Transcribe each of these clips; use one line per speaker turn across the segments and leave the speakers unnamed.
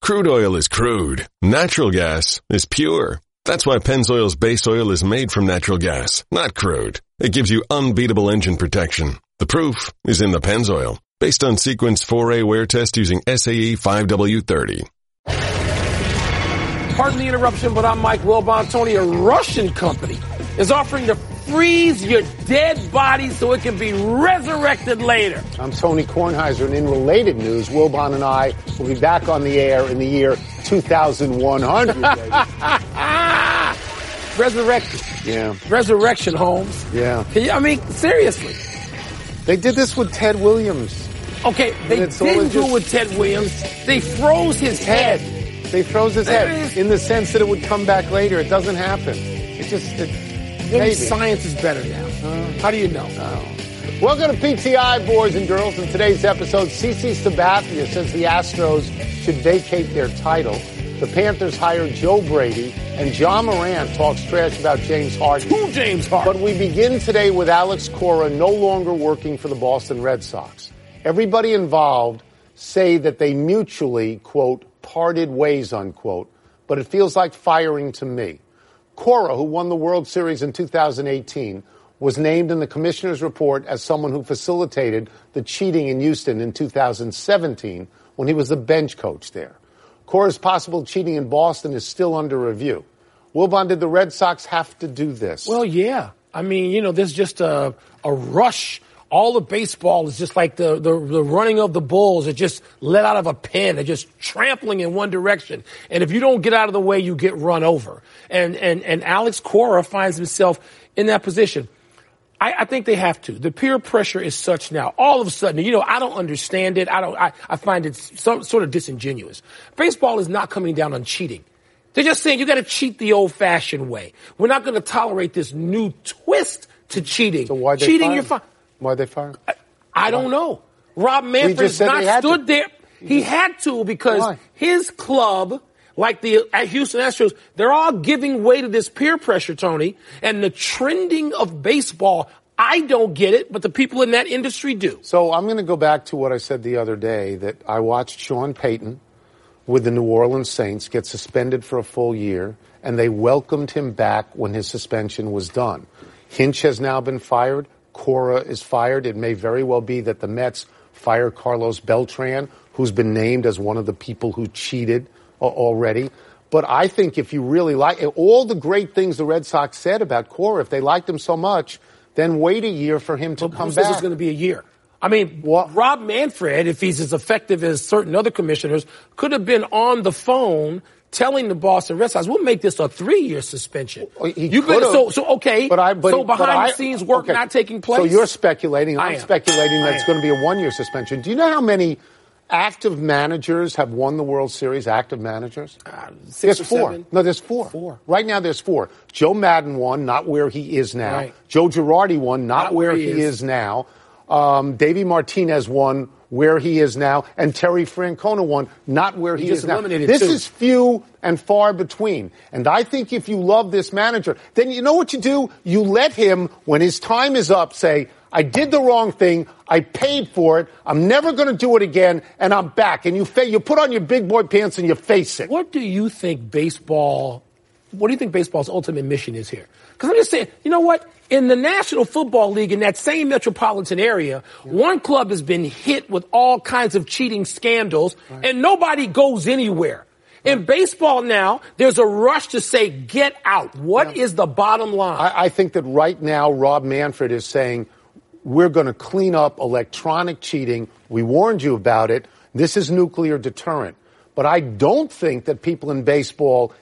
Crude oil is crude. Natural gas is pure. That's why Pennzoil's base oil is made from natural gas, not crude. It gives you unbeatable engine protection. The proof is in the Pennzoil, based on sequence 4A wear test using E SAE 5W30.
Pardon the interruption, but I'm Mike Wilbon. Tony, a Russian company is offering to freeze your dead body so it can be resurrected later.
I'm Tony Kornheiser, and in related news, Wilbon and I will be back on the air in the year 2100.
Ah! Resurrected.
yeah,
Resurrection, Holmes.
yeah.
Can you, I mean, seriously.
They did this with Ted Williams.
Okay, they
And
didn't
it's all
do
just-
it with Ted Williams. They froze his head.
They froze his
There
head
is-
in the sense that it would come back later. It doesn't happen. It just it,
Maybe
maybe. Uh-huh.
science is better now. How do you know?
Welcome to PTI, boys and girls. In today's episode, CC Sabathia says the Astros should vacate their title. The Panthers hire Joe Brady, and John Moran talks trash about James Harden.
Who James Harden?
But we begin today with Alex Cora no longer working for the Boston Red Sox. Everybody involved say that they mutually, quote, parted ways, unquote, but it feels like firing to me. Cora, who won the World Series in 2018, was named in the commissioner's report as someone who facilitated the cheating in Houston in 2017 when he was the bench coach there. Cora's possible cheating in Boston is still under review. Wilbon, did the Red Sox have to do this?
Well, yeah. I mean, you know, there's just a a rush. All of baseball is just like the, the, the running of the bulls. It just let out of a pen. They're just trampling in one direction. And if you don't get out of the way, you get run over. And, and, and Alex Cora finds himself in that position. I, I think they have to. The peer pressure is such now. All of a sudden, you know, I don't understand it. I don't. I, I find it some, sort of disingenuous. Baseball is not coming down on cheating. They're just saying you got to cheat the old-fashioned way. We're not going to tolerate this new twist to cheating.
So why they
cheating?
fire
You're
him?
fine.
Why they fire him?
I don't know. Rob Manfred's
said they
not
had to.
stood there. He had to because
Why?
his club, like the at Houston Astros, they're all giving way to this peer pressure, Tony, and the trending of baseball. I don't get it, but the people in that industry do.
So I'm going to go back to what I said the other day that I watched Sean Payton with the New Orleans Saints get suspended for a full year, and they welcomed him back when his suspension was done. Hinch has now been fired. Cora is fired. It may very well be that the Mets fire Carlos Beltran, who's been named as one of the people who cheated a- already. But I think if you really like all the great things the Red Sox said about Cora, if they liked him so much, then wait a year for him to come
Who
back.
says it's going to be a year? I mean,
What-
Rob Manfred, if he's as effective as certain other commissioners, could have been on the phone telling the Boston Red Sox, "We'll make this a three-year suspension."
Well, he
You've been-
could've.
so so okay.
But I, but,
so
but
behind
I-
the scenes work
okay.
not taking place.
So you're speculating.
I
I'm
am.
speculating
I
that it's
am.
going to be a one-year suspension. Do you know how many active managers have won the World Series? Active managers?
six
there's
or
four.
seven.
No, there's four.
Four.
Right now, there's four. Joe Madden won, not where he is now.
Right.
Joe Girardi won, not, where he is, now. Um, Davey Martinez won. Where he is now, and Terry Francona won, not where he,
just
is now.
eliminated
This
two.
is few and far between. And I think if you love this manager, then you know what you do? You let him, when his time is up, say, I did the wrong thing. I paid for it. I'm never going to do it again. And I'm back. And you, fa- you put on your big boy pants and you face it.
What do you think baseball? What do you think baseball's ultimate mission is here? Because I'm just saying, you know what? In the National Football League, in that same metropolitan area, one club has been hit with all kinds of cheating scandals, and nobody goes anywhere. In baseball now, there's a rush to say, get out. What is the bottom line?
I, I think that right now, Rob Manfred is saying, we're going to clean up electronic cheating. We warned you about it. This is nuclear deterrent. But I don't think that people in baseball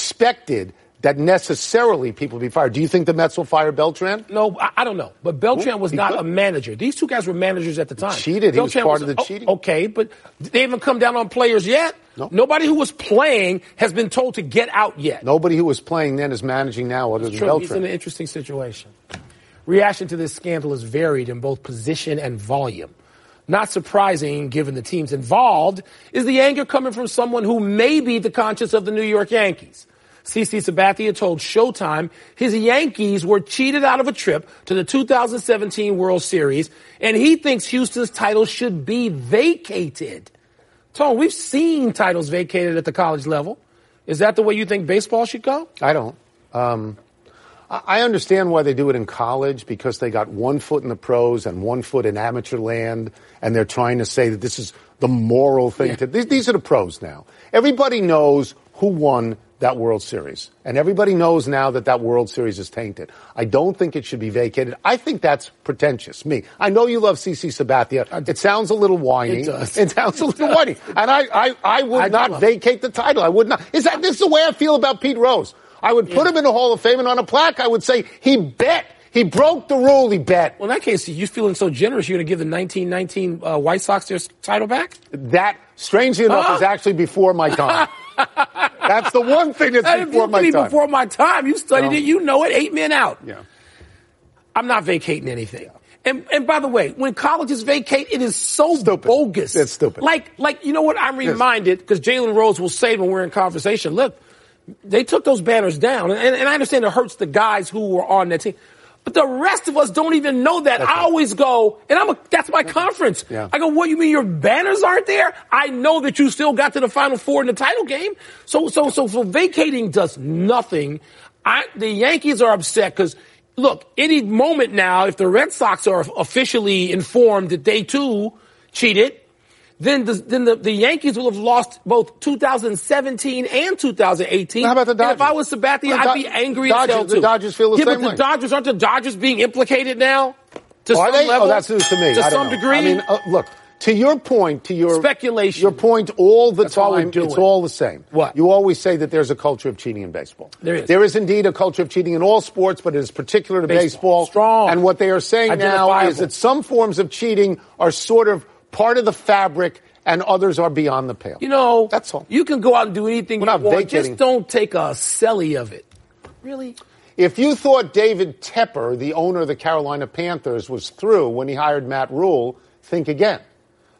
expected that necessarily people would be fired. Do you think the Mets will fire Beltran?
No, I, I don't know. But Beltran was
he
not
could.
a manager. These two guys were managers at the time.
cheated. He was
Beltran
part of the cheating.
Okay, but they haven't come down on players yet.
No.
Nobody who was playing has been told to get out yet.
Nobody who was playing then is managing now other than
True, He's in
Beltran.
an interesting situation. Reaction to this scandal is varied in both position and volume. Not surprising, given the teams involved, is the anger coming from someone who may be the conscience of the New York Yankees. CC Sabathia told Showtime his Yankees were cheated out of a trip to the 2017 World Series, and he thinks Houston's title should be vacated. Tone, we've seen titles vacated at the college level. Is that the way you think baseball should go?
I don't. Um, I I understand why they do it in college because they got one foot in the pros and one foot in amateur land, and they're trying to say that this is the moral thing to. These, these are the pros now. Everybody knows who won that World Series, and everybody knows now that that World Series is tainted. I don't think it should be vacated. I think that's pretentious. Me, I know you love CC Sabathia. It sounds a little whiny.
It does.
sounds a little whiny, and I, I, I would
I do
not
love it.
vacate vacate the title. I would not. Is that this is the way I feel about Pete Rose? I would put him in the Hall of Fame, and on a plaque, I would say he bet. He broke the rule. He bet.
Well, in that case, you feeling so generous, you're going to give the 1919 uh, White Sox their s- title back?
That, strangely enough,
Huh?
is actually before my time. That's the one thing that's
That
before my
me
time.
before my time. You studied
No.
it. You know it. Eight men out.
yeah.
I'm not vacating anything. And, and by the way, when colleges vacate, it is so
Stupid.
bogus.
It's stupid.
Like, like you know what? I'm reminded because Jalen Rose will say when we're in conversation, look, they took those banners down, and, and I understand it hurts the guys who were on that team, but the rest of us don't even know that. I
right.
always go, and I'm a, that's my conference.
Yeah.
I go, what you mean your banners aren't there? I know that you still got to the Final Four in the title game. So, so, so for vacating does nothing. I, the Yankees are upset because. Look, any moment now, if the Red Sox are officially informed that they too cheated, then the, then the, the Yankees will have lost both 2017 and 2018.
How about the
And if I was
Dodgers?
Sabathia,
The
I'd
Do-
be angry
Dodgers-
as hell
the
too.
Dodgers feel the
yeah,
same
but
way.
the Dodgers aren't the Dodgers being implicated now to
Are
some
they?
level.
Oh, that's news to me.
To
I don't
some
know.
degree.
I mean, uh, look. To your point, to your
Speculation.
your point all the
That's all
time,
I'm doing.
it's all the same.
What?
you always say that there's a culture of cheating in baseball.
There is.
There is indeed a culture of cheating in all sports, but it is particular to
Baseball.
baseball.
Strong.
And what they are saying now
Identifiable.
is that some forms of cheating are sort of part of the fabric, and others are beyond the pale.
you know,
That's all.
You can go out and do anything
We're
you
not
want.
vacating.
Just don't take a celly of it. Really?
If you thought David Tepper, the owner of the Carolina Panthers, was through when he hired Matt Rule, think again.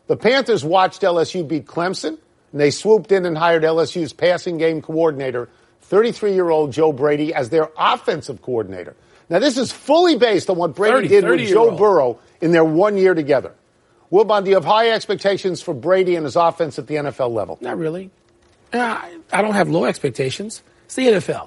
The Panthers watched LSU beat Clemson, and they swooped in and hired LSU's passing game coordinator, 33 year old Joe Brady, as their offensive coordinator. Now, this is fully based on what
30,
Brady did with
30-year-old.
Joe Burrow in their one year together. Wilbon, do you have high expectations for Brady and his offense at the NFL level?
Not really. Uh, I I don't have low expectations. It's the NFL.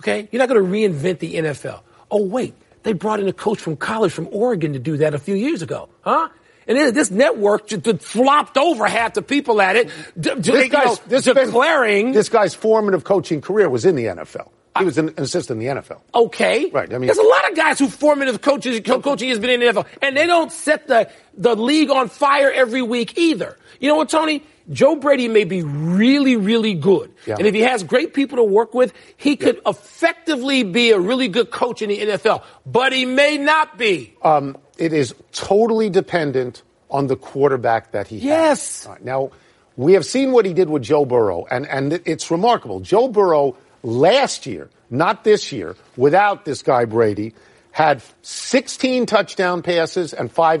Okay? You're not going to reinvent the NFL. Oh, wait. They brought in a coach from college from Oregon to do that a few years ago. Huh? And then this network just, just flopped over half the people at it, d- d- you know, declaring,
this guy's formative coaching career was in the NFL. He was an assistant in the NFL.
okay.
Right, I mean-
There's a lot of guys who formative coaches, co- coaching has been in the NFL, and they don't set the, the league on fire every week either. You know what, Tony? Joe Brady may be really, really good.
Yeah.
And if he has great people to work with, he could effectively be a really good coach in the NFL. But he may not be.
Um, it is totally dependent on the quarterback that he
Yes.
has. All right, Now, we have seen what he did with Joe Burrow, and, and it's remarkable. Joe Burrow last year, not this year, without this guy Brady, had 16 touchdown passes and five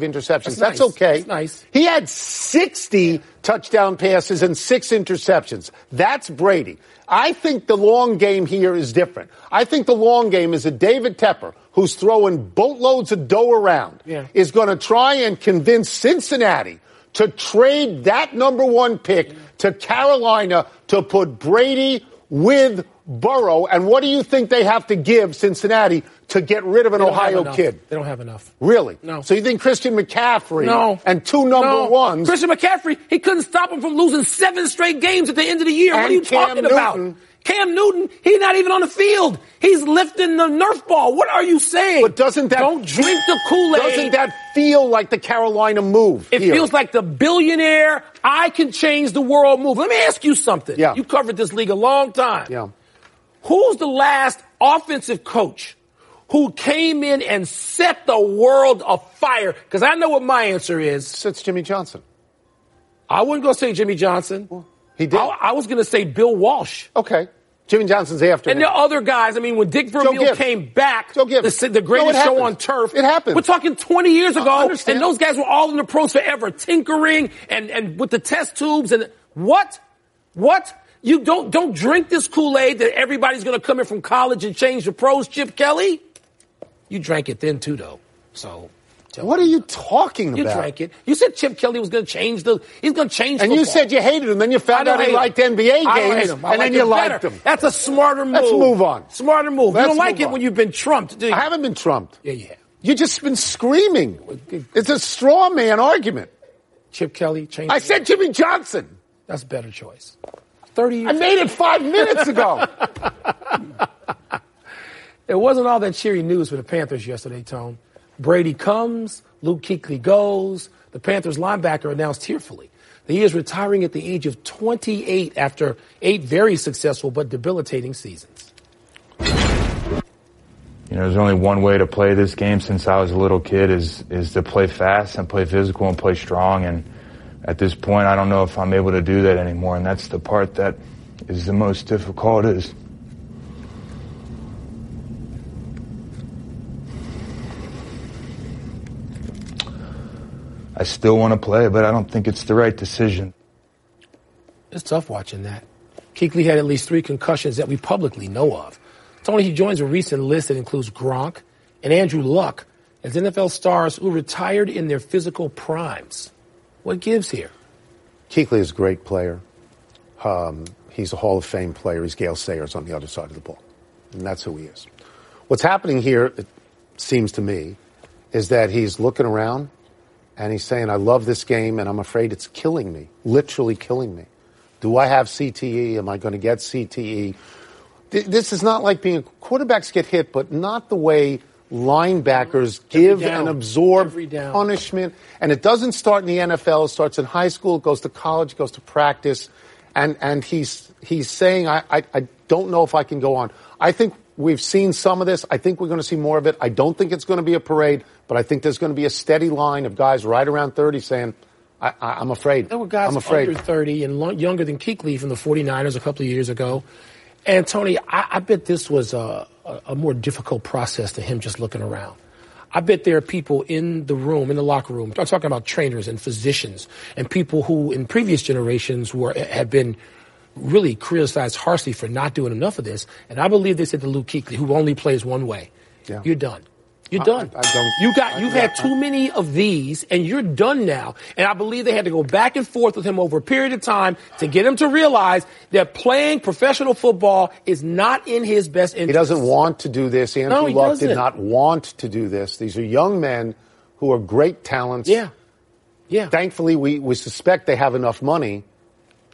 That's nice.
interceptions. That's okay.
That's nice.
He had 60 touchdown passes and six interceptions. That's Brady. I think the long game here is different. I think the long game is a David Tepper who's throwing boatloads of dough around
Yeah.
is going to try and convince Cincinnati to trade that number one pick to Carolina to put Brady with Burrow. And what do you think they have to give Cincinnati to get rid of an
They don't have
Ohio
enough.
kid?
They don't have enough.
Really?
No.
So you think Christian McCaffrey
No.
and two number
No.
ones
Christian McCaffrey, he couldn't stop him from losing seven straight games at the end of the year. what
And
are you
Cam
talking about?
Newton.
Cam Newton, he's not even on the field. He's lifting the Nerf ball. What are you saying?
But doesn't that
Don't drink the Kool-Aid.
Doesn't that feel like the Carolina move?
It
here?
feels like the billionaire, I can change the world move. Let me ask you something.
Yeah.
You covered this league a long time.
Yeah.
Who's the last offensive coach who came in and set the world afire? Because I know what my answer is.
It's Jimmy Johnson.
I wasn't going to say Jimmy Johnson.
He did.
I, I was going to say Bill Walsh.
okay. Jimmy Johnson's after
And
him.
there are other guys. I mean, when Dick Vermeil
Gibbs.
came back,
Joe Gibbs.
the, the
No,
greatest
it
show
happens.
on turf.
It happens.
We're talking 20 years ago,
understand.
and those guys were all in the pros forever, tinkering and, and with the test tubes and what? What? You don't don't drink this Kool-Aid that everybody's going to come in from college and change the pros, Chip Kelly. You drank it then too, though. So Tell
What are you talking about?
You drank it. You said Chip Kelly was going to change the. He's going to change.
And you said you hated him, then you found out he liked NBA games, and then you liked him.
That's a smarter move.
Let's move on.
Smarter move.
Let's
you don't like
move
it
on.
when you've been trumped, do you?
I haven't been trumped.
Yeah, you have.
You just been screaming. It's a straw man argument.
Chip Kelly changed.
I said Jimmy Johnson.
that's a better choice. Thirty.
I
Years.
made it five minutes ago.
It wasn't all that cheery news for the Panthers yesterday, Tone. Brady comes, Luke Kuechly goes. The Panthers linebacker announced tearfully that he is retiring at the age of 28 after eight very successful but debilitating seasons.
You know, there's only one way to play this game since I was a little kid is is to play fast and play physical and play strong. And at this point, I don't know if I'm able to do that anymore. And that's the part that is the most difficult. Is I still want to play, but I don't think it's the right decision.
It's tough watching that. Keekly had at least three concussions that we publicly know of. Tony, he joins a recent list that includes Gronk and Andrew Luck as NFL stars who retired in their physical primes. What gives here?
Keekly is a great player. Um, he's a Hall of Fame player. He's Gail Sayers on the other side of the ball. And that's who he is. What's happening here, it seems to me, is that he's looking around and he's saying, I love this game and I'm afraid it's killing me, literally killing me. Do I have CTE? Am I going to get CTE? Th- This is not like being quarterbacks get hit, but not the way linebackers give
down.
and absorb
Every down.
punishment punishment. And it doesn't start in the NFL. It starts in high school. It goes to college. It goes to practice. And, and he's, he's saying, I, I, I don't know if I can go on. I think we've seen some of this. I think we're going to see more of it. I don't think it's going to be a parade, but I think there's going to be a steady line of guys right around 30 saying, I, I, I'm afraid.
There were guys
I'm afraid.
under 30 and lo- younger than Keekly from the 49ers a couple of years ago. And Tony, I, I bet this was a, a, a more difficult process than him just looking around. I bet there are people in the room, in the locker room. I'm talking about trainers and physicians and people who in previous generations were, have been really criticized harshly for not doing enough of this. And I believe they said to Luke Keekley, who only plays one way,
Yeah.
you're done. You're done.
I- I don't-
you got.
I-
You've
yeah,
had
I-
too many of these, and you're done now. And I believe they had to go back and forth with him over a period of time to get him to realize that playing professional football is not in his best interest.
He doesn't want to do this. Andrew
he
Luck
doesn't.
did not want to do this. These are young men who are great talents.
Yeah. Yeah.
thankfully, we, we suspect they have enough money,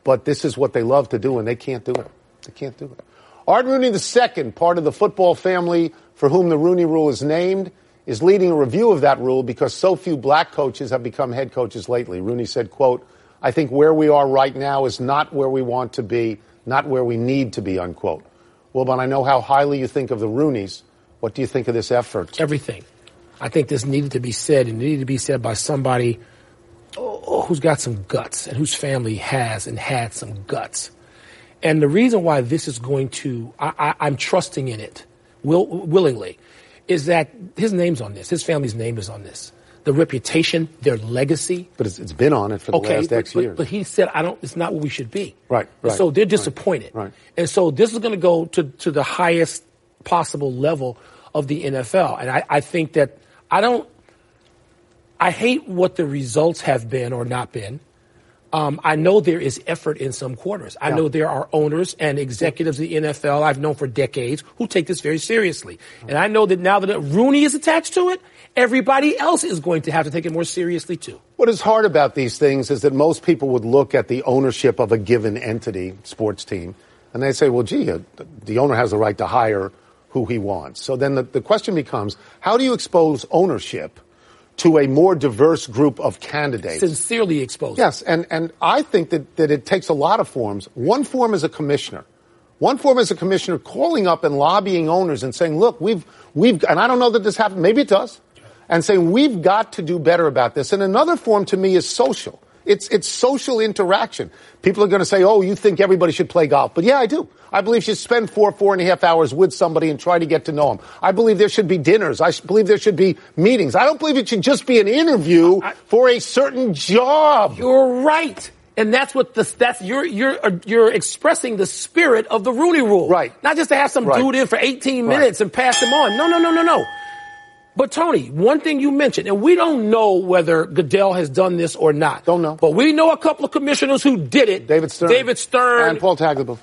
but this is what they love to do, and they can't do it. They can't do it. Art Rooney II, part of the football family for whom the Rooney Rule is named, is leading a review of that rule because so few black coaches have become head coaches lately. Rooney said, quote, I think where we are right now is not where we want to be, not where we need to be, unquote. Wilbon, I know how highly you think of the Rooneys. What do you think of this effort?
everything. I think this needed to be said, and it needed to be said by somebody oh, who's got some guts and whose family has and had some guts. And the reason why this is going to, I, I, I'm trusting in it will, willingly, is that his name's on this. His family's name is on this. The reputation, their legacy.
But it's, it's been on it for the
Okay,
last
but,
X
but-
years.
but he said, "I don't. It's not what we should be."
Right,
And
right,
so they're
right,
disappointed.
right.
And so this is going to go to to the highest possible level of the NFL, and I, I think that I don't. I hate what the results have been or not been. Um, I know there is effort in some quarters. I
Yeah.
know there are owners and executives of the NFL I've known for decades who take this very seriously. And I know that now that Rooney is attached to it, everybody else is going to have to take it more seriously too.
What is hard about these things is that most people would look at the ownership of a given entity, sports team, and they say, well, gee, uh, the owner has the right to hire who he wants. So then the, the question becomes, how do you expose ownership to a more diverse group of candidates?
Sincerely exposed.
Yes, and, and I think that, that it takes a lot of forms. One form is a commissioner. One form is a commissioner calling up and lobbying owners and saying, look, we've, we've, and I don't know that this happened, maybe it does, and saying, we've got to do better about this. And another form to me is social. It's, it's social interaction. People are going to say, oh, you think everybody should play golf. But yeah, I do. I believe you should spend four, four and a half hours with somebody and try to get to know them. I believe there should be dinners. I sh- believe there should be meetings. I don't believe it should just be an interview for a certain job.
You're right. And that's what the that's you're you're uh, you're expressing the spirit of the Rooney Rule,
Right.
Not just to have some
Right.
dude in for 18
Right.
minutes and pass him on. No, no, no, no, no. But Tony, one thing you mentioned, and we don't know whether Goodell has done this or not.
Don't know.
But we know a couple of commissioners who did it.
David Stern.
David Stern.
And Paul Tagliabue.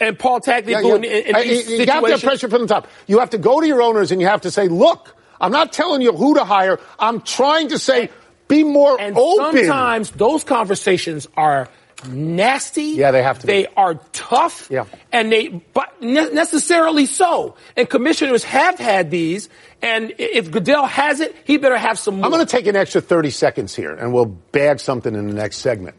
And Paul Tagliabue
Yeah,
in, in, in
I-
these
you got that
situations.
pressure from the top. You have to go to your owners and you have to say, look, I'm not telling you who to hire. I'm trying to say, be more
And
open.
sometimes those conversations are nasty.
Yeah, they have to be.
They are tough.
Yeah.
And they, but ne- necessarily so. And commissioners have had these. And i- if Goodell has it, he better have some more.
I'm going to take an extra 30 seconds here and we'll bag something in the next segment.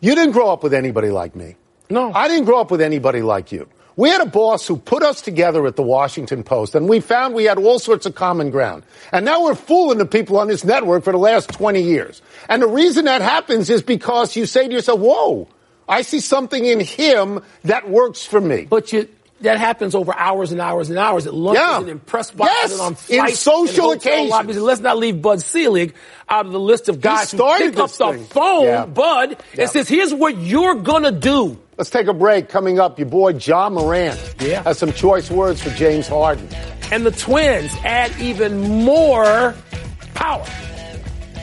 You didn't grow up with anybody like me.
No.
I didn't grow up with anybody like you. We had a boss who put us together at the Washington Post, and we found we had all sorts of common ground. And now we're fooling the people on this network for the last 20 years. And the reason that happens is because you say to yourself, whoa, I see something in him that works for me.
But you, that happens over hours and hours and hours at lunches
Yeah.
and in press boxes
Yes,
and on
in
flights
social
and hotel
occasions.
lobbies. And let's not leave Bud Selig out of the list of guys who
started
pick up
this
the
thing.
phone,
Yeah.
Bud,
Yeah.
and says, "Here's what you're gonna do."
Let's take a break. Coming up, your boy John Morant
Yeah.
has some choice words for James Harden.
And the Twins add even more power.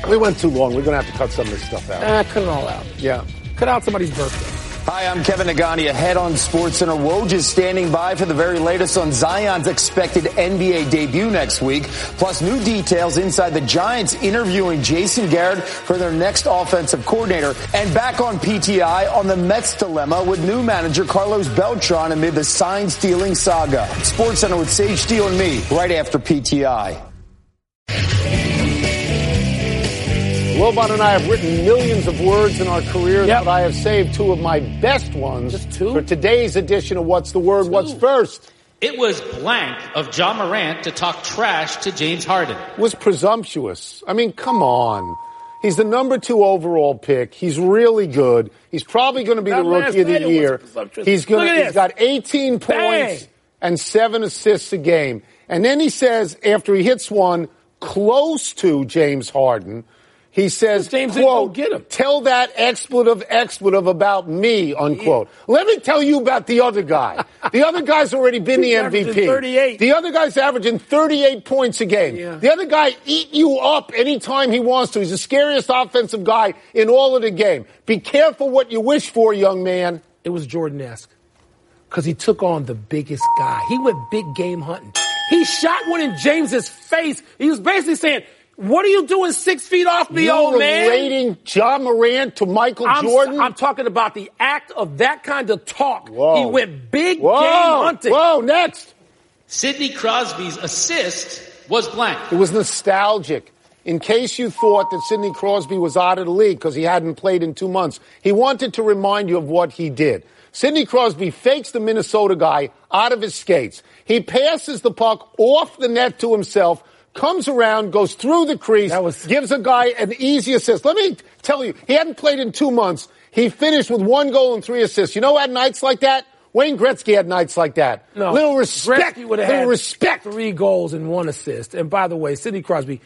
We went too long. We're going to have to cut some of this stuff out.
Ah, cut it all out.
Yeah.
Cut out somebody's birthday.
Hi, I'm Kevin Nagani ahead on SportsCenter. Woj is standing by for the very latest on Zion's expected NBA debut next week. Plus new details inside the Giants interviewing Jason Garrett for their next offensive coordinator. And back on PTI on the Mets dilemma with new manager Carlos Beltran amid the sign stealing saga. SportsCenter with Sage Steele and me right after PTI.
Wilbon and I have written millions of words in our careers,
Yep.
but I have saved two of my best ones
Just two?
for today's edition of What's the Word, What's
Two.
First.
It was blank of John Morant to talk trash to James Harden.
Was presumptuous. I mean, come on. He's the number two overall pick. He's really good. He's probably going to be
That
the
last
rookie of the
night it was
year.
presumptuous.
He's
Look
going
at
to, he's
this.
got 18
Bang.
points and seven assists a game. And then he says, after he hits one close to James Harden, he says,
Well, James didn't go
quote,
get him.
tell that expletive expletive about me, unquote. Let me tell you about the other guy. the other guy's already been the
He's averaging
MVP.
38.
The other guy's averaging 38 points a game.
Yeah.
The other guy eat you up anytime he wants to. He's the scariest offensive guy in all of the game. Be careful what you wish for, young man.
It was Jordan esque. Because he took on the biggest guy. He went big game hunting. He shot one in James's face. He was basically saying, What are you doing six feet off me,
You're
old man?
relating John Moran to Michael
I'm,
Jordan.
I'm talking about the act of that kind of talk.
Whoa.
He went big
Whoa.
game hunting.
Whoa, next.
Sidney Crosby's assist was blank.
It was nostalgic. In case you thought that Sidney Crosby was out of the league because he hadn't played in two months, he wanted to remind you of what he did. Sidney Crosby fakes the Minnesota guy out of his skates. He passes the puck off the net to himself, comes around, goes through the crease,
That was-
gives a guy an easy assist. Let me tell you, he hadn't played in two months. He finished with one goal and three assists. You know, who had nights like that. Wayne Gretzky had nights like that.
No.
Little respect.
Gretzky would've
Little
had
respect.
Three goals and one assist. And by the way, Sidney Crosby,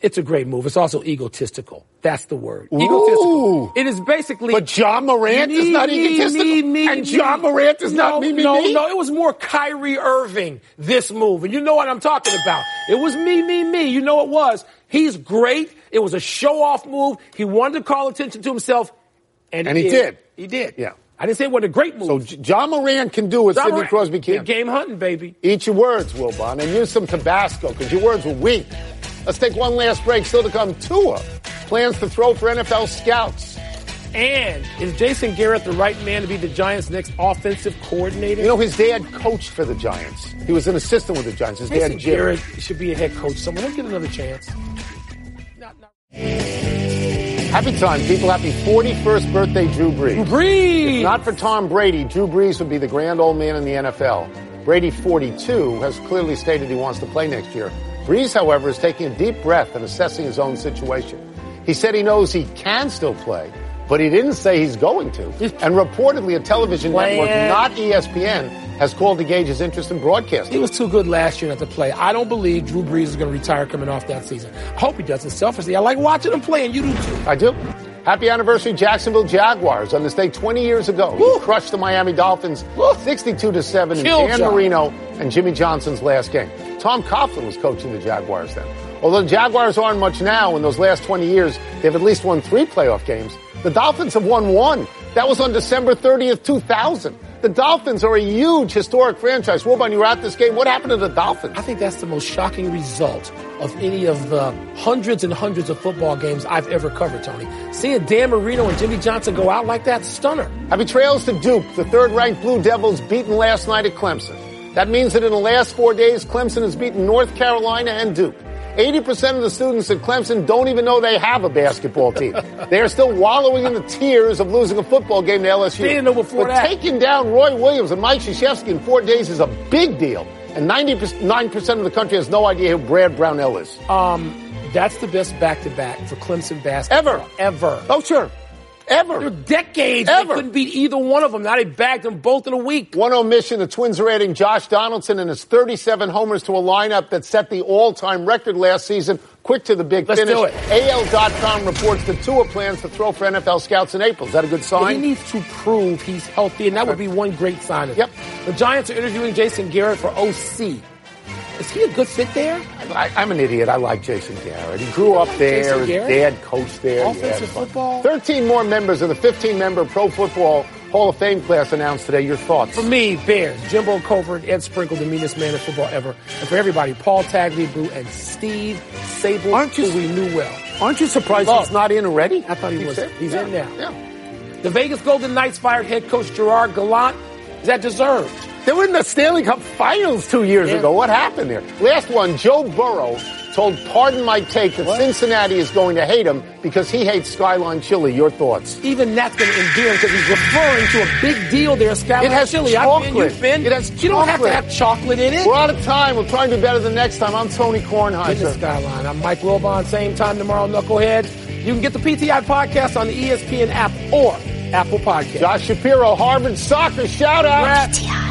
it's a great move. It's also egotistical. That's the word. Egotistical. It is basically.
But John Morant is
Me,
not
me,
egotistical.
me, me,
and John
me.
Morant is not
no,
me, me,
no,
me.
No, it was more Kyrie Irving, this move. And you know what I'm talking about. It was me, me, me. You know what it was. He's great. It was a show off move. He wanted to call attention to himself. And,
And he did.
He did.
Yeah.
I didn't say it was a great move.
So J- John Morant can do what
John
Sidney
Morant,
Crosby
big
can't.
game hunting, baby.
Eat your words, Wilbon, and use some Tabasco because your words were weak. Let's take one last break. Still to come, Tua plans to throw for NFL scouts.
And is Jason Garrett the right man to be the Giants' next offensive coordinator?
You know, his dad coached for the Giants. He was an assistant with the Giants. His
Jason
dad, Jim.
Garrett should be a head coach. Someone will get another chance. Not, not.
Happy time, people. Happy 41st birthday, Drew Brees.
Breathe.
Not for Tom Brady. Drew Brees would be the grand old man in the NFL. Brady, 42, has clearly stated he wants to play next year. Brees, however, is taking a deep breath and assessing his own situation. He said he knows he can still play, but he didn't say he's going to. And reportedly, a television
Playing.
network, not E ESPN, has called to gauge his interest in
He
broadcasting.
was too good last year not to play. I don't believe Drew Brees is going to retire coming off that season. I hope he doesn't. Selfishly, I like watching him play, and you do too.
I do. Happy anniversary, Jacksonville Jaguars. On this day 20 years ago,
Woo.
he crushed the Miami Dolphins
Woo.
62 to 7 in
Killed
Dan
John.
Marino and Jimmy Johnson's last game. Tom Coughlin was coaching the Jaguars then. Although the Jaguars aren't much now, in those last 20 years, they've at least won three playoff games. The Dolphins have won one. That was on December 30th, 2000. The Dolphins are a huge historic franchise. Wilbon, you were at this game. What happened to the Dolphins?
I think that's the most shocking result of any of the hundreds and hundreds of football games I've ever covered, Tony. Seeing Dan Marino and Jimmy Johnson go out like that, stunner.
Happy trails to Duke, the third-ranked Blue Devils beaten last night at Clemson. That means that in the last four days, Clemson has beaten North Carolina and Duke. 80% of the students at Clemson don't even know they have a basketball team. they are still wallowing in the tears of losing a football game to LSU.
They didn't know before
but
that.
taking down Roy Williams and Mike Krzyzewski in four days is a big deal. And 99% of the country has no idea who Brad Brownell is.
Uh, Um, That's the best back-to-back for Clemson
Ever.
basketball ever.
oh, sure. Ever.
For decades,
Ever.
they couldn't beat either one of them. Now they bagged them both in a week.
One omission, the Twins are adding Josh Donaldson and his 37 homers to a lineup that set the all-time record last season. Quick to the big
Let's
finish.
do it.
AL.com reports that Tua plans to throw for NFL scouts in April. Is that a good
But he
sign?
needs to prove he's healthy, and that would be one great sign. Of it.
Yep.
The Giants are interviewing Jason Garrett for OC. Is he a good fit there?
I, I'm an idiot. I like Jason Garrett. He grew up there.
Jason
His
Garrett?
dad coached there. He had
Offensive
fun.
football?
13 more members of the 15-member Pro Football Hall of Fame class announced today. Your thoughts?
For me, Bears, Jimbo Covert, Ed Sprinkle, the meanest man in football ever. And for everybody, Paul Tagliabue and Steve Sable,
Aren't you-
who we knew well.
Aren't you surprised
Love.
he's not in already?
I thought he was.
in.
He's
Yeah.
in now.
Yeah.
The Vegas Golden Knights fired head coach Gerard Gallant. Is that deserved?
They were in the Stanley Cup Finals two years
Yeah.
ago. What happened there? Last one, Joe Burrow told Pardon My Take that Cincinnati is going to hate him because he hates Skyline Chili. Your thoughts?
Even that's going to endear him because he's referring to a big deal there, Skylar.
It has
chili. I've been,
chocolate.
you've been.
It has
You don't have to
chocolate.
have chocolate in it.
We're out of time. We'll try and do better the next time. I'm Tony
in the
Kornheiser.
skyline. I'm Mike Wilbon, same time tomorrow, Knuckleheads. You can get the PTI podcast on E the ESPN app or Apple Podcast.
Josh Shapiro, Harvard soccer shout out.
Congrats.
TI.